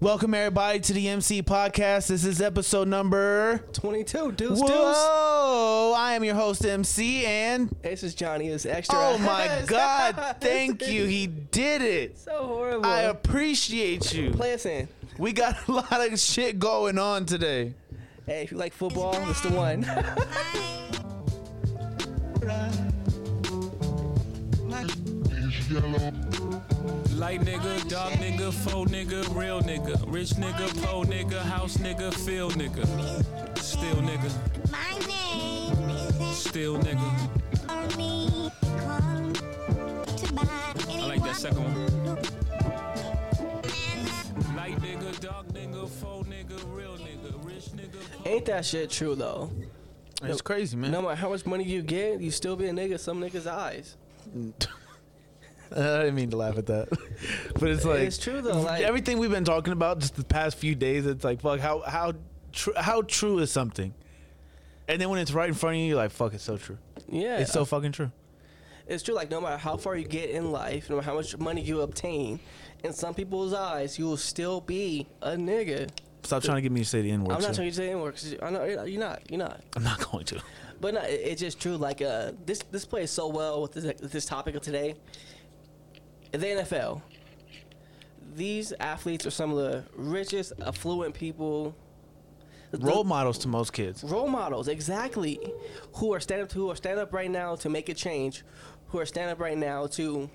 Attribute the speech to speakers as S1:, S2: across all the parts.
S1: Welcome everybody to the MC podcast. This is episode number.
S2: 22, deuce, deuce.
S1: Whoa! I am your host MC, and
S2: This is Johnny. It's extra.
S1: oh my
S2: Yes.
S1: God! Thank you. He did it.
S2: so horrible.
S1: I appreciate you.
S2: Play us in.
S1: We got a lot of shit going on today.
S2: Hey, if you like football, it's the one.
S3: Light nigga, dark nigga, faux nigga, real nigga, rich nigga, poor nigga, house nigga, field nigga, still nigga,
S4: My name is
S3: still nigga.
S4: Arnie. Come to buy
S3: I like that second one. Light nigga, dark nigga, faux nigga, real nigga, rich nigga.
S2: Ain't that shit true though?
S1: It's crazy, man.
S2: No matter how much money you get, you still be a nigga in some niggas' eyes.
S1: I didn't mean to laugh at that, but it's like
S2: it's true though. Like
S1: everything we've been talking about just the past few days. It's like fuck, how how tr- how true is something? And then when it's right in front of you, you're like, fuck, it's so true.
S2: yeah,
S1: It's so fucking true.
S2: it's true. Like no matter how far you get in life, no matter how much money you obtain, in some people's eyes, you will still be a nigga.
S1: Stop trying to get me to say the N word.
S2: I'm not trying to say anymore because I'm not. You're not. You're not.
S1: I'm not going to.
S2: But no, it, it's just true. Like uh, this this plays so well with this, with this topic of today. The NFL. These athletes are some of the richest, affluent people. The-
S1: Role models to most kids.
S2: role models, exactly, who are stand up who are stand up right now to make a change, who are stand up right now to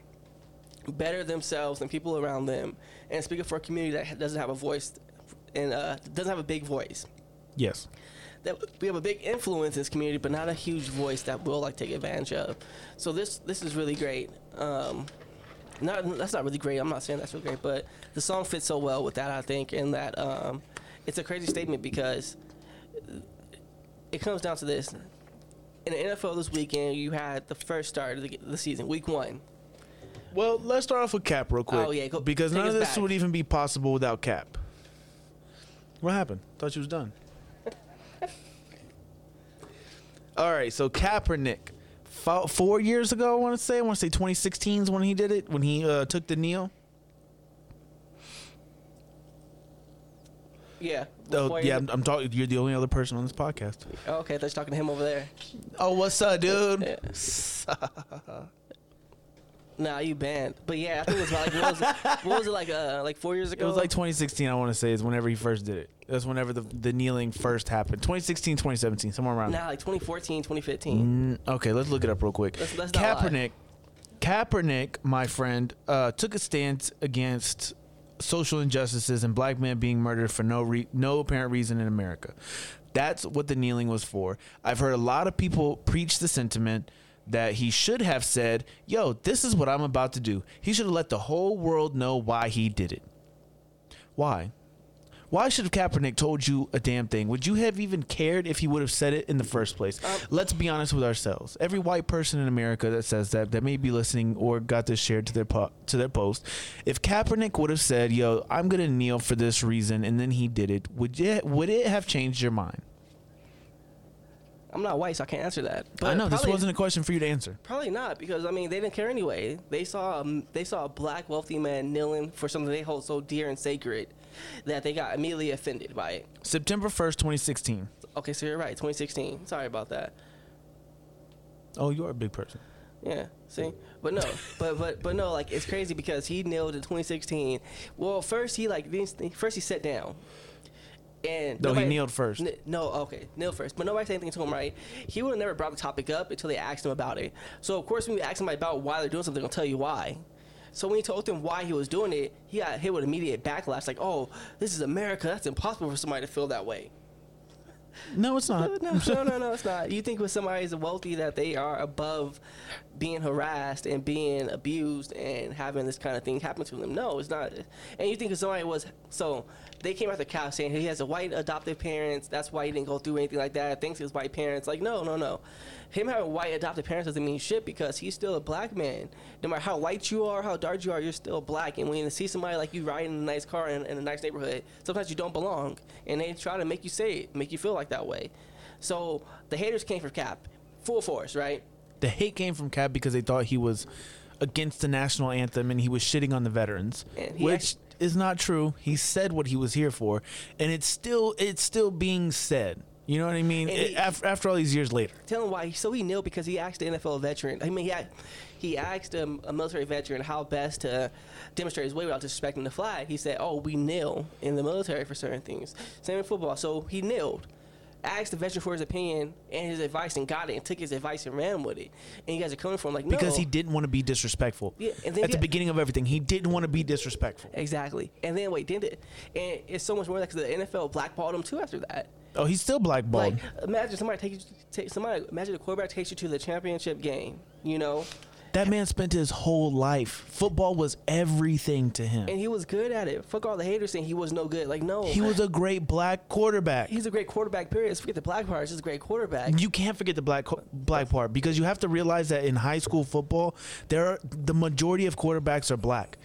S2: better themselves and people around them, and speaking for a community that doesn't have a voice and uh, doesn't have a big voice
S1: Yes.
S2: that we have a big influence in this community, but not a huge voice that we'll like take advantage of. So this this is really great. Um, not that's not really great. I'm not saying that's really great, but the song fits so well with that. I think, and that um, it's a crazy statement because it comes down to this. In the NFL this weekend, you had the first start of the, the season, week one.
S1: Well, let's start off with Cap real quick.
S2: Oh, yeah, go-
S1: because
S2: take
S1: none of
S2: us
S1: this
S2: back.
S1: would even be possible without Cap. What happened? Thought you was done. All right, so Kaepernick, fou- four years ago, I want to say, I want to say 2016 is when he did it, when he uh, took the kneel.
S2: Yeah.
S1: Oh,
S2: Before
S1: yeah,
S2: you-
S1: I'm, I'm talking. You're the only other person on this podcast.
S2: Oh, okay, that's talking to him over there.
S1: Oh, what's up, dude?
S2: Yeah. Nah, you banned. But yeah, I think it was about like what was it, what was it like uh like four years
S1: It
S2: ago?
S1: was like 2016, I want to say, is whenever he first did it. That's whenever the, the kneeling first happened. 2016, 2017, somewhere around. there.
S2: Nah, like 2014, 2015.
S1: Mm, okay, let's look it up real quick.
S2: Let's- let's not lie.
S1: Kaepernick, Kaepernick, my friend, uh, took a stance against social injustices and black men being murdered for no re- no apparent reason in America. That's what the kneeling was for. I've heard a lot of people preach the sentiment that he should have said, "Yo, this is what I'm about to do." He should have let the whole world know why he did it. Why? Why should have Kaepernick told you a damn thing? Would you have even cared if he would have said it in the first place? Let's be honest with ourselves. Every white person in America that says that, that may be listening or got this shared to their po- to their post, if Kaepernick would have said, "Yo, I'm gonna kneel for this reason," and then he did it, would you, would it have changed your mind?
S2: I'm not white, so I can't answer that. But
S1: I know
S2: probably,
S1: this wasn't a question for you to answer.
S2: probably not because I mean they didn't care anyway. They saw um, they saw a black wealthy man kneeling for something they hold so dear and sacred that they got immediately offended by it.
S1: September first, 2016.
S2: Okay, so you're right, 2016. Sorry about that.
S1: Oh, you are a big person.
S2: Yeah, see, but no, but but but no, like it's crazy because he kneeled in 2016. Well, first he like these thi- first he sat down, and
S1: No, he kneeled first.
S2: N- no, okay, kneel first, but nobody said anything to him, right? He would have never brought the topic up until they asked him about it. So of course, when you ask somebody about why they're doing something, they're gonna tell you why. So when he told them why he was doing it, he got hit with immediate backlash, like, "Oh, this is America. That's impossible for somebody to feel that way."
S1: No, it's not.
S2: no, no, no, no, it's not. You think when somebody's wealthy that they are above being harassed and being abused and having this kind of thing happen to them? No, it's not. And you think if somebody was so they came out the cow saying he has a white adoptive parents, that's why he didn't go through anything like that. Thanks to his white parents, like no, no, no. Him having white adoptive parents doesn't mean shit because he's still a black man. No matter how white you are, how dark you are, you're still black. And when you see somebody like you riding in a nice car in, in a nice neighborhood, sometimes you don't belong, and they try to make you say it, make you feel like that way. So the haters came for Cap, full force, right?
S1: The hate came from Cap because they thought he was against the national anthem and he was shitting on the veterans,
S2: And he
S1: which
S2: act-
S1: is not true. He said what he was here for, and it's still it's still being said. You know what I mean?
S2: And he-
S1: after, after all these years later,
S2: Tell him why. So he knew because he asked the NFL veteran. I mean, he a- he asked a, a military veteran how best to demonstrate his way without disrespecting the flag. He said, "Oh, we kneel in the military for certain things. Same in football. So he kneeled." Asked the veteran for his opinion and his advice and got it and took his advice and ran with it. And you guys are coming from like
S1: because
S2: no.
S1: he didn't want to be disrespectful.
S2: Yeah, and
S1: At
S2: then-
S1: the beginning of everything, he didn't want to be disrespectful.
S2: Exactly. And then wait, did it? And it's so much more because the NFL blackballed him too after that.
S1: Oh, he's still blackballed.
S2: Like imagine somebody takes you, take, somebody imagine the quarterback takes you to the championship game, you know,
S1: that man spent his whole life. Football was everything to him.
S2: and he was good at it. Fuck all the haters saying he was no good. Like no,
S1: He was a great black quarterback.
S2: he's a great quarterback. Period. Let's Forget the black part. He's just a great quarterback.
S1: you can't forget the black co- black part because you have to realize that in high school football, there are, the majority of quarterbacks are black.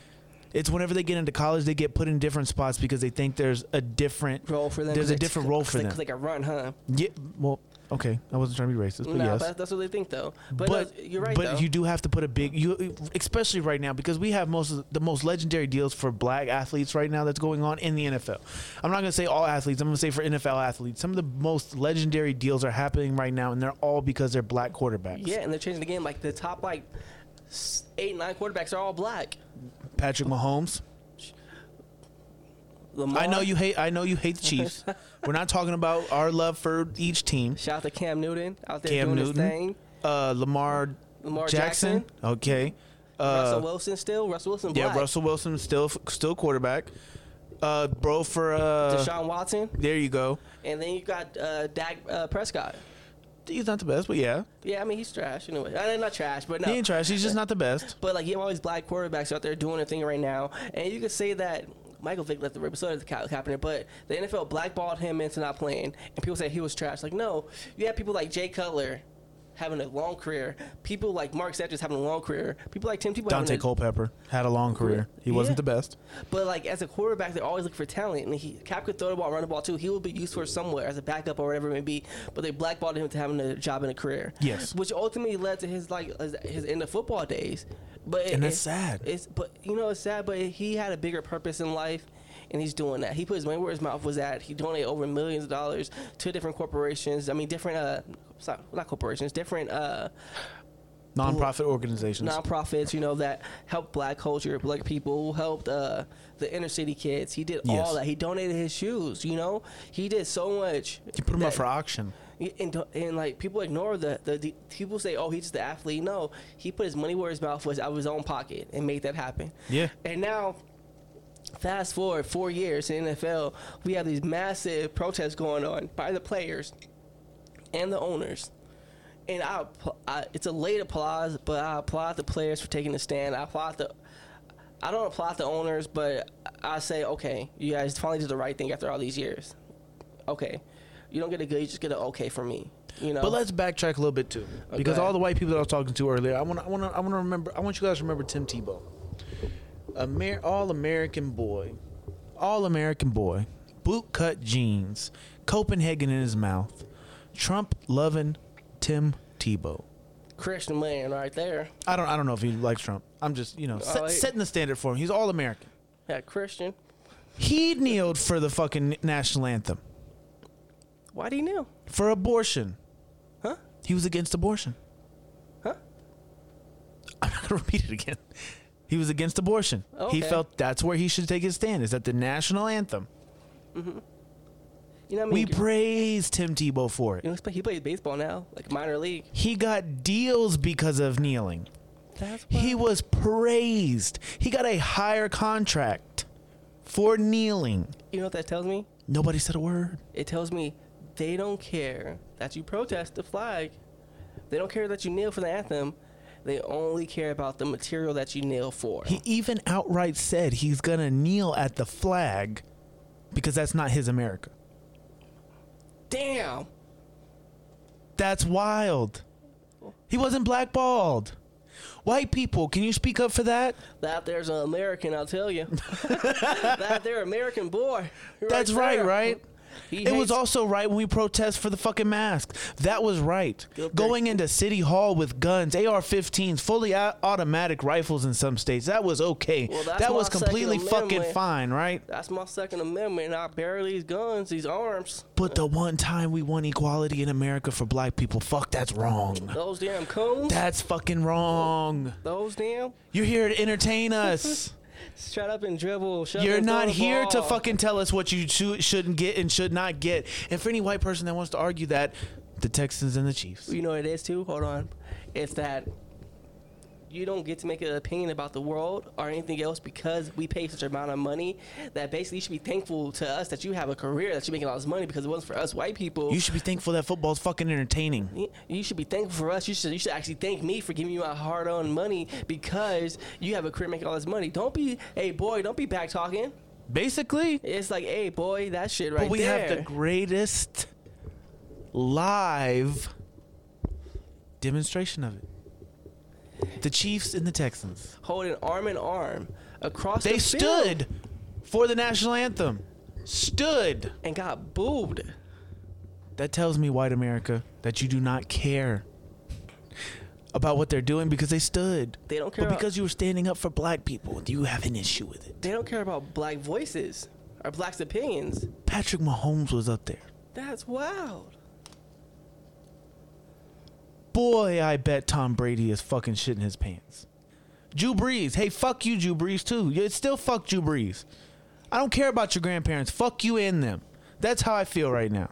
S1: It's whenever they get into college, they get put in different spots because they think there's a different
S2: role for them.
S1: There's a
S2: 'cause they-
S1: different role
S2: 'cause
S1: for
S2: they,
S1: them.
S2: 'cause they can run, huh?
S1: yeah, well, okay, I wasn't trying to be racist, but
S2: Nah,
S1: yes.
S2: but that's what they think though. But,
S1: but
S2: no, you're right.
S1: But
S2: though.
S1: you do have to put a big you, especially right now because we have most of the most legendary deals for black athletes right now that's going on in the NFL. I'm not gonna say all athletes. I'm gonna say for NFL athletes, some of the most legendary deals are happening right now, and they're all because they're black quarterbacks.
S2: yeah, and they're changing the game. Like the top like s- eight nine quarterbacks are all black.
S1: Patrick Mahomes.
S2: Lamar,
S1: I know you hate. I know you hate the Chiefs. We're not talking about our love for each team.
S2: Shout out to Cam Newton out there
S1: Cam
S2: doing his
S1: Newton,
S2: thing.
S1: uh, Lamar,
S2: Lamar
S1: Jackson.
S2: Jackson.
S1: Okay.
S2: Russell
S1: Uh,
S2: Wilson still. Russell Wilson.
S1: yeah,
S2: black.
S1: Russell Wilson still still quarterback. Uh, bro for uh,
S2: Deshaun Watson,
S1: there you go.
S2: and then you got uh, Dak uh, Prescott.
S1: He's not the best, but yeah,
S2: Yeah, I mean he's trash anyway. I mean, not trash, but no.
S1: he ain't trash. He's just not the best.
S2: But like you have all these black quarterbacks out there doing their thing right now, and you could say that Michael Vick left the ring, but so did Kyle Kaepernick. But the NFL blackballed him into not playing, and people say he was trash. Like no, you have people like Jay Cutler having a long career, people like Mark Sanchez having a long career, people like Tim Tebow. having
S1: Dante
S2: a-
S1: Culpepper had a long career. He
S2: Yeah.
S1: wasn't the best.
S2: But like as a quarterback, they're always looking for talent. And he, Cap could throw the ball, and run the ball too. He will be used for somewhere as a backup or whatever it may be. But they blackballed him to having a job and a career.
S1: Yes.
S2: which ultimately led to his like his- his end of football days. But it-
S1: And that's
S2: it-
S1: sad.
S2: It's but you know it's sad. But he had a bigger purpose in life. And he's doing that. He put his money where his mouth was at. He donated over millions of dollars to different corporations. I mean, different uh, sorry, not corporations, different uh,
S1: Nonprofit organizations.
S2: nonprofits, you know, that helped black culture, black people, helped uh, the inner city kids. He did
S1: Yes.
S2: all that. He donated his shoes, you know? He did so much.
S1: he put him up
S2: that-
S1: for auction.
S2: And, don't- and like people ignore the, the the people say oh he's just the athlete no he put his money where his mouth was out of his own pocket and made that happen
S1: Yeah.
S2: and now fast forward four years in NFL we have these massive protests going on by the players and the owners and I, app- I it's a late applause, but I applaud the players for taking the stand. I applaud the I don't applaud the owners, but I say, okay, you guys finally did the right thing after all these years. Okay. You don't get a good, you just get an okay from me. You know.
S1: But let's backtrack a little bit too, because
S2: Okay.
S1: all the white people that I was talking to earlier, I want to, I want to, I want to remember. I want you guys to remember Tim Tebow, Amer- all American boy, all American boy, boot cut jeans, Copenhagen in his mouth, Trump loving Tim Tebow.
S2: Christian man right there.
S1: I don't, I don't know if he likes Trump. I'm just, you know, set,
S2: Oh, he-
S1: setting the standard for him. He's all American.
S2: Yeah, Christian.
S1: He kneeled for the fucking national anthem
S2: Why do you kneel?
S1: for abortion.
S2: Huh?
S1: He was against abortion.
S2: Huh?
S1: I'm not gonna repeat it again. He was against abortion. He
S2: Okay.
S1: felt that's where he should take his stand is at the national anthem.
S2: You know what I
S1: We
S2: mean?
S1: praised Tim Tebow for
S2: you
S1: it.
S2: know, he's play- he plays baseball now, like minor league.
S1: He got deals because of kneeling.
S2: That's why
S1: He was praised. He got a higher contract for kneeling.
S2: you know what that tells me?
S1: Nobody said a word.
S2: it tells me they don't care that you protest the flag. They don't care that you kneel for the anthem. They only care about the material that you kneel for.
S1: He even outright said he's gonna kneel at the flag because that's not his America.
S2: Damn.
S1: That's wild. He wasn't blackballed. White people, can you speak up for that?
S2: That there's an American, I'll tell you. that there American boy.
S1: That's right,
S2: there.
S1: right?
S2: He
S1: It was
S2: hates-
S1: also right when we protest for the fucking mask. That was right.
S2: Gilbert.
S1: Going into City Hall with guns, AR-15s, fully au- automatic rifles in some states. That was okay.
S2: Well, that's
S1: that
S2: my
S1: was completely
S2: Second
S1: fucking
S2: Amendment.
S1: fine, right?
S2: That's my Second Amendment. and I bear these guns, these arms.
S1: But the one time we won equality in America for black people, fuck, that's wrong.
S2: Those damn coons.
S1: That's fucking wrong.
S2: those damn.
S1: You're here to entertain us.
S2: Shut up and dribble. Shut
S1: You're
S2: and throw
S1: not
S2: the
S1: here to
S2: ball.
S1: fucking tell us what you shoo- shouldn't get and should not get. And for any white person that wants to argue that, the Texans and the Chiefs.
S2: You know what it is too. Hold on. It's that you don't get to make an opinion about the world or anything else because we pay such amount of money that basically you should be thankful to us that you have a career that you're making all this money because it wasn't for us white people.
S1: You should be thankful that football's fucking entertaining.
S2: you should be thankful for us. You should you should actually thank me for giving you my hard earned money because you have a career making all this money. Don't be hey boy, don't be back talking.
S1: Basically,
S2: It's like hey boy, that shit right
S1: but we
S2: there.
S1: have the greatest live demonstration of it. The Chiefs and the Texans.
S2: holding arm in arm across
S1: They
S2: the field
S1: stood for the national anthem. Stood.
S2: and got booed.
S1: That tells me, white America, that you do not care about what they're doing because they stood.
S2: They don't care
S1: But
S2: about-
S1: because you were standing up for black people, you have an issue with it.
S2: they don't care about black voices or black's opinions.
S1: Patrick Mahomes was up there.
S2: That's wild.
S1: Boy, I bet Tom Brady is fucking shitting his pants. Drew Brees. Hey, fuck you, Drew Brees, too. It's still fuck Drew Brees. I don't care about your grandparents. Fuck you and them. That's how I feel right now.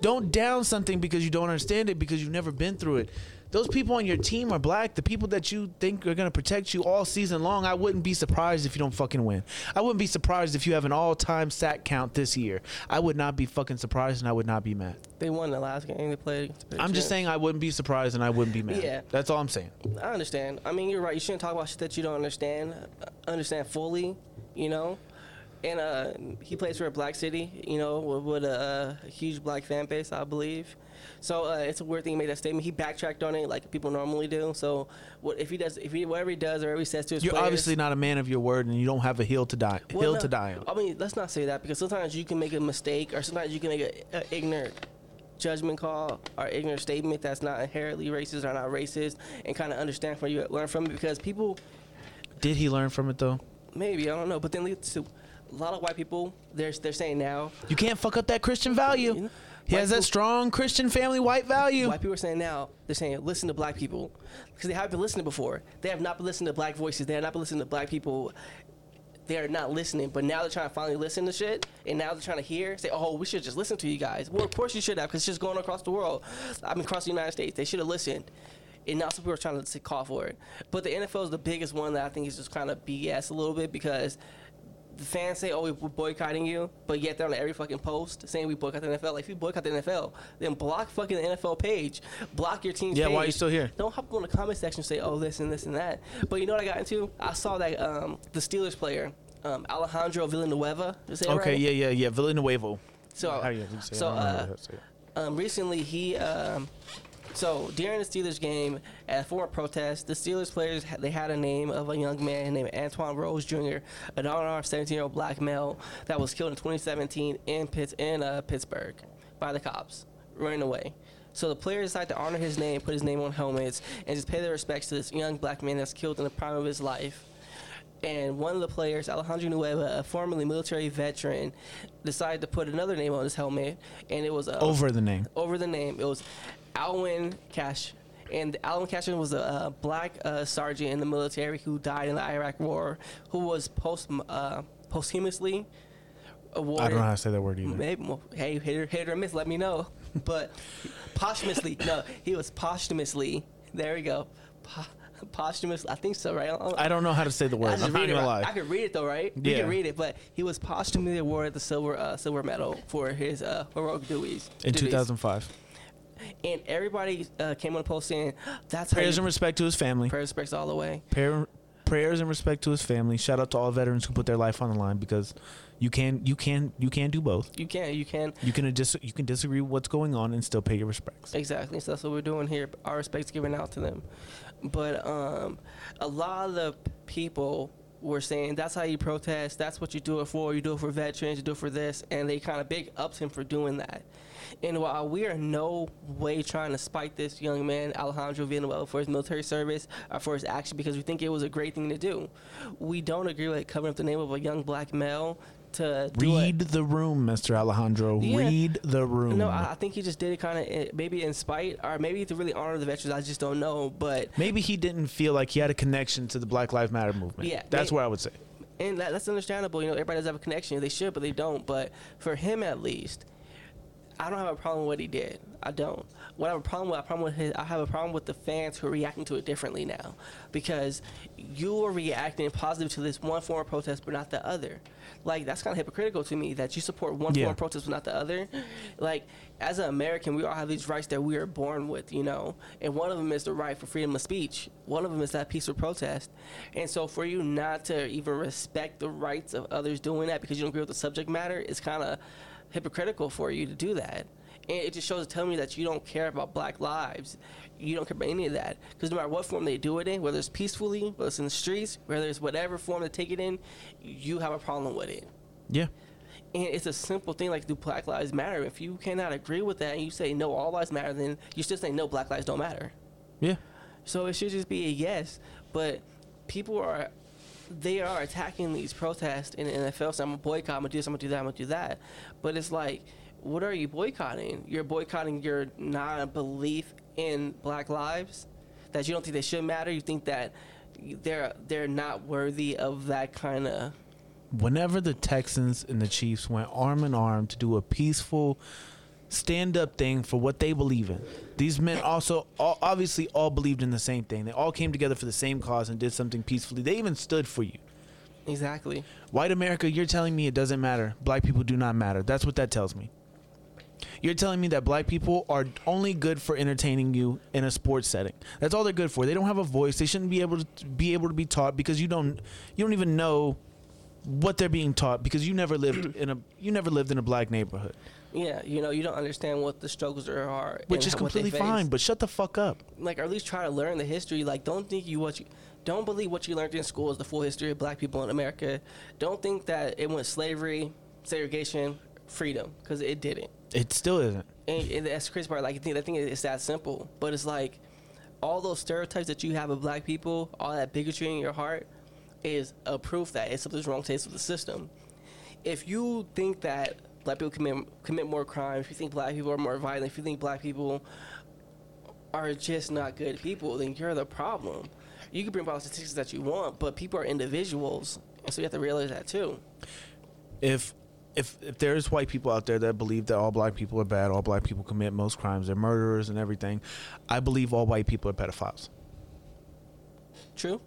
S1: Don't down something because you don't understand it because you've never been through it. Those people on your team are black. The people that you think are going to protect you all season long, I wouldn't be surprised if you don't fucking win. I wouldn't be surprised if you have an all time sack count this year. I would not be fucking surprised and I would not be mad.
S2: They won the last game they played. against the
S1: I'm just
S2: Patriots.
S1: saying I wouldn't be surprised and I wouldn't be mad.
S2: Yeah.
S1: That's all I'm saying.
S2: I understand. I mean, you're right. You shouldn't talk about shit that you don't understand, uh, understand fully. You know. And uh, he plays for a black city, you know, with, with a, uh huge black fan base, I believe. So uh, it's a weird thing he made that statement. He backtracked on it like people normally do. So what if he does? If he whatever he does or whatever he says to his
S1: You're
S2: players,
S1: obviously not a man of your word and you don't have a hill to die
S2: Well,
S1: hill
S2: no,
S1: to die on.
S2: I mean, let's not say that because sometimes you can make a mistake, or sometimes you can make a, a ignorant judgment call or ignorant statement that's not inherently racist or not racist, and kind of understand from you learn from it because people
S1: Did he learn from it though?
S2: maybe I don't know, but then lead to a lot of white people. They're they're saying now,
S1: You can't fuck up that Christian value. He
S2: White
S1: has that
S2: people-
S1: strong Christian family white value.
S2: white people are saying now they're saying listen to black people because they haven't been listening before. They have not been listening to black voices. They have not been listening to black people. They are not listening, but now they're trying to finally listen to shit, and now they're trying to hear. Say, oh, we should just listen to you guys. Well, of course you should have, because it's just going across the world. I mean, across the United States, they should have listened, and now some people are trying to call for it. But the NFL is the biggest one that I think is just kind of BS a little bit because the fans say, "Oh, we're boycotting you," but yet they're on every fucking post saying we boycott the NFL. Like, if you boycott the NFL, then block fucking the NFL page, block your team's
S1: Yeah,
S2: page.
S1: why are you still here?
S2: Don't hop on the comment section and say, "Oh, this and this and that." But you know what I got into? I saw that um, the Steelers player. Um, Alejandro Villanueva. Is that
S1: okay,
S2: right?
S1: yeah, yeah, yeah. Villanueva.
S2: So,
S1: How do you say it?
S2: so
S1: I don't know
S2: uh,
S1: how to say it.
S2: um, recently he um, so during the Steelers game at for a protest, the Steelers players ha- they had a name of a young man named Antoine Rose Jr., an unarmed 17-year-old black male that was killed in 2017 in Pitts in uh, Pittsburgh by the cops running away. So the players decided to honor his name, put his name on helmets, and just pay their respects to this young black man that's killed in the prime of his life and one of the players, Alejandro Nueva, a formerly military veteran, decided to put another name on his helmet, and it was uh,
S1: Over the name.
S2: over the name. It was Alwyn Cash. And Alwyn Cash was a, uh black uh, sergeant in the military who died in the Iraq War, who was post uh, posthumously awarded.
S1: I don't know how to say that word either.
S2: Maybe, well, hey, hit or, hit or miss, let me know. But posthumously, no, he was posthumously. There we go. Po- posthumously, I think so, right? I don't-
S1: I don't know how to say the
S2: I
S1: word.
S2: just
S1: I'm not
S2: read it
S1: gonna
S2: right- I
S1: lie.
S2: could read it though, right? You
S1: Yeah.
S2: can read it, but he was posthumously awarded the silver uh, silver medal for his uh, heroic duties.
S1: In
S2: duties.
S1: 2005.
S2: and everybody uh, came on the post saying, "That's
S1: Prayers
S2: how
S1: and
S2: you,
S1: respect to his family.
S2: prayers respects all the way."
S1: Prayer, prayers and respect to his family. Shout out to all veterans who put their life on the line because you can you can you can do both.
S2: You can, you can,
S1: You can dis- you can disagree with what's going on and still pay your respects.
S2: exactly. So that's what we're doing here. Our respects given out to them, but um, a lot of the people were saying that's how you protest. That's what you do it for. You do it for veterans. You do it for this, and they kind of big ups him for doing that. And while we are no way trying to spite this young man Alejandro Villanueva for his military service or for his action, because we think it was a great thing to do, we don't agree with covering up the name of a young black male to do it.
S1: Read the room, Mr. Alejandro.
S2: Yeah.
S1: Read the room.
S2: No, I, I think he just did it kind of maybe in spite, or maybe to really honor the veterans. I just don't know. But
S1: Maybe he didn't feel like he had a connection to the Black Lives Matter movement.
S2: Yeah,
S1: that's
S2: may-
S1: what I would say.
S2: and that, that's understandable. You know, everybody does have a connection. They should, but they don't. But for him, at least, I don't have a problem with what he did. I don't. What I have a problem with, I, problem with his, I have a problem with the fans who are reacting to it differently now, because you are reacting positive to this one form of protest, but not the other. Like that's kind of hypocritical to me that you support one
S1: Yeah.
S2: form of protest but not the other. Like as an American, we all have these rights that we are born with, you know, and one of them is the right for freedom of speech. One of them is that peaceful protest, and so for you not to even respect the rights of others doing that because you don't agree with the subject matter is kind of hypocritical for you to do that. And it just shows telling me that you don't care about black lives. You don't care about any of that. Because no matter what form they do it in, whether it's peacefully, whether it's in the streets, whether it's whatever form they take it in, you have a problem with it.
S1: Yeah.
S2: And it's a simple thing like do black lives matter? If you cannot agree with that and you say no all lives matter, then you should say no black lives don't matter.
S1: Yeah.
S2: So it should just be a yes. But people are they are attacking these protests in the NFL. So I'm gonna boycott. I'm gonna do this. I'm gonna do that. I'm gonna do that. But it's like, what are you boycotting? You're boycotting your non-belief in Black lives that you don't think they should matter. You think that they're they're not worthy of that kind of
S1: Whenever the Texans and the Chiefs went arm in arm to do a peaceful stand up thing for what they believe in, these men also all, obviously all believed in the same thing. They all came together for the same cause and did something peacefully. They even stood for you.
S2: exactly.
S1: White America, you're telling me it doesn't matter. Black people do not matter. That's what that tells me. You're telling me that black people are only good for entertaining you in a sports setting. That's all they're good for. They don't have a voice. They shouldn't be able to be able to be taught because you don't you don't even know what they're being taught because you never lived in a you never lived in a black neighborhood,
S2: Yeah, you know, you don't understand what the struggles there are,
S1: which
S2: and
S1: is
S2: how- what they
S1: completely
S2: face.
S1: fine. But shut the fuck up.
S2: like or at least try to learn the history. Like don't think you what you don't believe what you learned in school is the full history of black people in America. Don't think that it went slavery, segregation, freedom, because it didn't.
S1: It still isn't.
S2: And, and that's the crazy part. Like I think I think it's that simple. But it's like all those stereotypes that you have of black people, all that bigotry in your heart, is a proof that it's something's wrong taste with the system. If you think that black people commit commit more crimes, if you think black people are more violent, if you think black people are just not good people, then you're the problem. You can bring about statistics that you want, but people are individuals, and so you have to realize that too.
S1: if if if there's white people out there that believe that all black people are bad, all black people commit most crimes, they're murderers and everything, I believe all white people are pedophiles.
S2: True.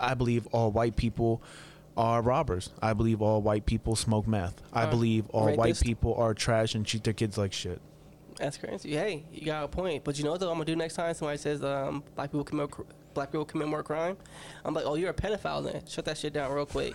S1: I believe all white people are robbers. I believe all white people smoke meth. I
S2: Are
S1: believe all white
S2: rapists.
S1: people are trash and treat their kids like shit.
S2: That's crazy. Hey, you got a point. But you know what though, I'm gonna do next time somebody says um, black people commit cr- black people commit more crime. I'm like, oh, you're a pedophile then. Shut that shit down real quick.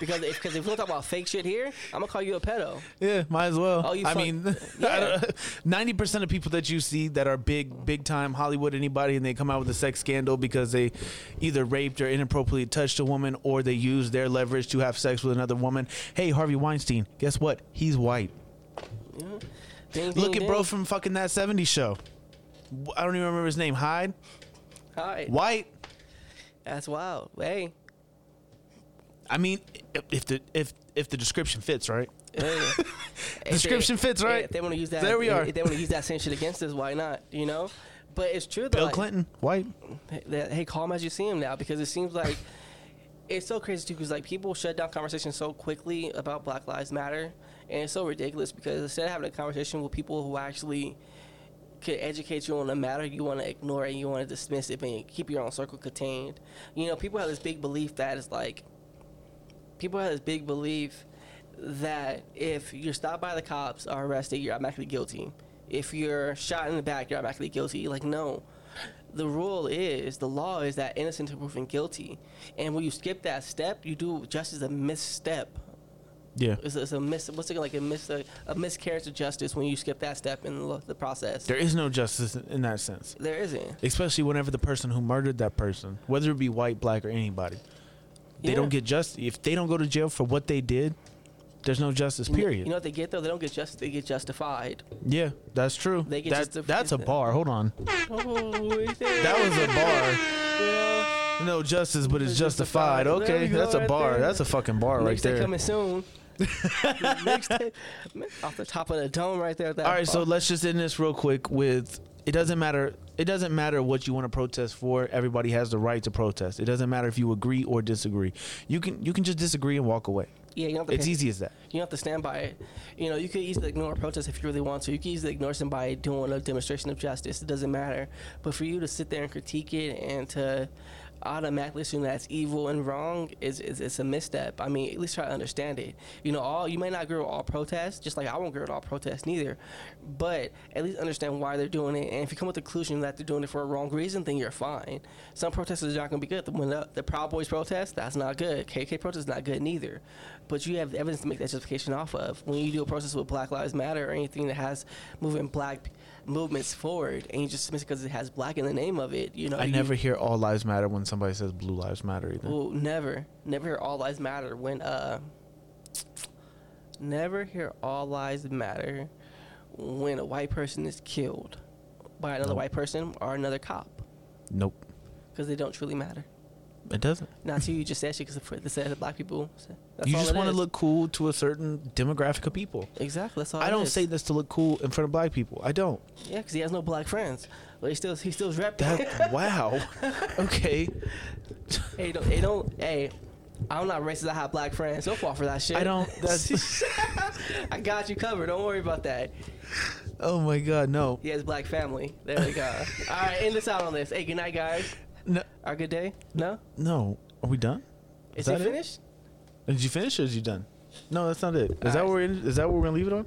S2: because if, cause if we don't talk about fake shit here, I'm gonna call you a pedo.
S1: Yeah, might as well.
S2: Oh, you
S1: I
S2: fuck-
S1: mean,
S2: Yeah.
S1: ninety percent of people that you see that are big, big time Hollywood anybody, and they come out with a sex scandal because they either raped or inappropriately touched a woman, or they used their leverage to have sex with another woman. Hey, Harvey Weinstein, guess what? He's white.
S2: Ding, ding,
S1: Look at
S2: ding.
S1: bro from fucking that '70s show. I don't even remember his name. Hyde,
S2: All right.
S1: white.
S2: That's wild. Hey.
S1: I mean, if- if the if if the description fits, right?
S2: Hey.
S1: Description fits, right?
S2: If they want to use that,
S1: There we are.
S2: If they want to use that same shit against us, why not? You know. But it's true though.
S1: Bill
S2: like-
S1: Clinton, white.
S2: Hey, that- hey, call him as you see him now because it seems like it's so crazy too. Because like people shut down conversations so quickly about Black Lives Matter, and it's so ridiculous because instead of having a conversation with people who actually could educate you on the matter, you want to ignore it, you want to dismiss it, and keep your own circle contained. You know, people have this big belief that it's like people have this big belief that if you're stopped by the cops or arrested, you're automatically guilty. If you're shot in the back, you're automatically guilty. Like, no. The rule is, the law is that innocent to proven guilty. And when you skip that step, you do justice a misstep.
S1: Yeah,
S2: It's a, it's a mis, what's it like a mis, a, a miscarriage of justice when you skip that step in the, the process.
S1: there is no justice in- in that sense.
S2: there isn't.
S1: especially whenever the person who murdered that person, whether it be white, black, or anybody, They
S2: Yeah.
S1: don't get justice if they don't go to jail for what they did. There's no justice. Period.
S2: You know what they get though? They don't get just. They get justified.
S1: yeah, that's true.
S2: They get
S1: That-
S2: justified.
S1: that's a bar. Hold on.
S2: that
S1: That was a bar. No justice, but it's
S2: It's
S1: justified.
S2: justified. There
S1: Okay,
S2: you go
S1: that's a
S2: right
S1: bar.
S2: there.
S1: That's a fucking bar right
S2: Mixtape
S1: there.
S2: coming soon. Mixtape man, off the top of the dome right there. That
S1: All right, so
S2: fuck.
S1: let's just end this real quick with it doesn't matter it doesn't matter what you want to protest for. Everybody has the right to protest. It doesn't matter if you agree or disagree. You can you can just disagree and walk away.
S2: yeah, you don't have to
S1: It's
S2: pay-
S1: easy as that.
S2: You don't have to stand by it. You know, you could easily ignore a protest if you really want to. You could easily ignore somebody doing a demonstration of justice. It doesn't matter. But for you to sit there and critique it and to automatically assume that's evil and wrong is, is it's a misstep. I mean, at least try to understand it. You know, all you may not agree with all protests, just like I won't agree with all protests neither. But at least understand why they're doing it. And if you come with the conclusion that they're doing it for a wrong reason, then you're fine. Some protesters are not going to be good. When the, the Proud Boys protest, that's not good. KK protest is not good neither. But you have evidence to make that justification off of. When you do a protest with Black Lives Matter or anything that has moving black movements forward, and you just dismiss it because it has black in the name of it, you know.
S1: I
S2: you-
S1: never hear all lives matter when somebody says blue lives matter either.
S2: Ooh, never, never hear all lives matter when uh, never hear all lives matter when a white person is killed by another
S1: Nope.
S2: white person or another cop
S1: Nope.
S2: because they don't truly matter.
S1: It doesn't.
S2: Not to you just said shit because they said black people. so That's
S1: you
S2: all
S1: just
S2: it
S1: want to
S2: is.
S1: look cool to a certain demographic of people.
S2: exactly. That's all.
S1: I
S2: it
S1: don't
S2: is.
S1: say this to look cool in front of black people. I don't.
S2: yeah because he has no black friends, but he still he still's repping.
S1: That wow. Okay.
S2: hey, don't, hey, don't, hey. I'm not racist. I have black friends. Don't fall for that shit.
S1: I don't that's
S2: I got you covered. Don't worry about that.
S1: Oh my god, no.
S2: He has black family. There we go. All right, end this out on this. Hey, good night, guys.
S1: No.
S2: Our good day. No,
S1: No. Are we done?
S2: is,
S1: that
S2: it
S1: it?
S2: finished?
S1: Did you finish or is you done? No, that's not it. Is that
S2: Alright.
S1: what we're in, is that what we're gonna leave it on?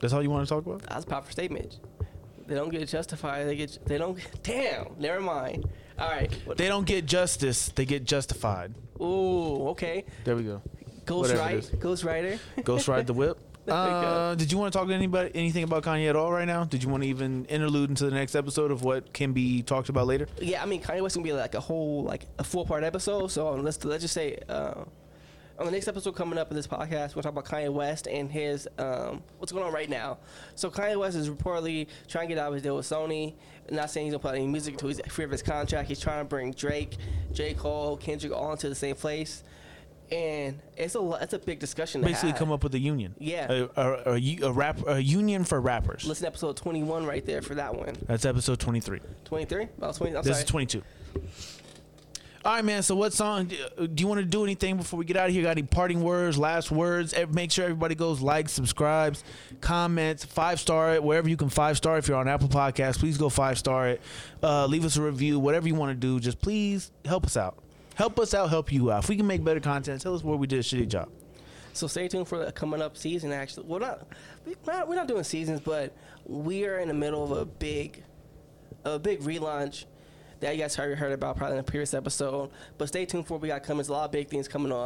S1: That's all you want to talk about?
S2: That was a proper statement. They don't get justified. They get. They don't. Damn. Never mind. All right. What-
S1: They don't get justice; they get justified.
S2: Ooh. Okay.
S1: There we go.
S2: Ghost
S1: Whatever it
S2: right.
S1: is.
S2: Ghost Rider.
S1: Ghost ride the whip.
S2: There we go.
S1: Uh, did you want to talk to anybody anything about Kanye at all right now? Did you want to even interlude into the next episode of what can be talked about later?
S2: yeah, I mean Kanye West gonna be like a whole like a four part episode. So um, let's let's just say uh, on the next episode coming up in this podcast, we'll talk about Kanye West and his um, what's going on right now. So Kanye West is reportedly trying to get out of his deal with Sony. Not saying he's gonna put out any music until he's free of his contract. He's trying to bring Drake, J Cole, Kendrick all into the same place, and it's a lo- it's a big discussion. to
S1: Basically,
S2: have.
S1: come up with a union.
S2: Yeah.
S1: A, a, a, u- a rap a union for rappers.
S2: Listen, to episode twenty one right there for that one.
S1: That's episode twenty three.
S2: Twenty three. Well, twenty. I'm
S1: This
S2: sorry.
S1: is 22. All right, man. So, what song do you want to do anything before we get out of here? Got any parting words, last words? Ev- Make sure everybody goes, likes, subscribes, comments, five star it wherever you can five star. If you're on Apple Podcasts, please go five star it. Uh, leave us a review, whatever you want to do. Just please help us out. Help us out, help you out. If we can make better content, tell us where we did a shitty job.
S2: So stay tuned for the coming up season. Actually, well, not, we- not we're not doing seasons, but we are in the middle of a big, a big relaunch that you guys already heard about probably in the previous episode. But stay tuned for what we got coming. There's a lot of big things coming on.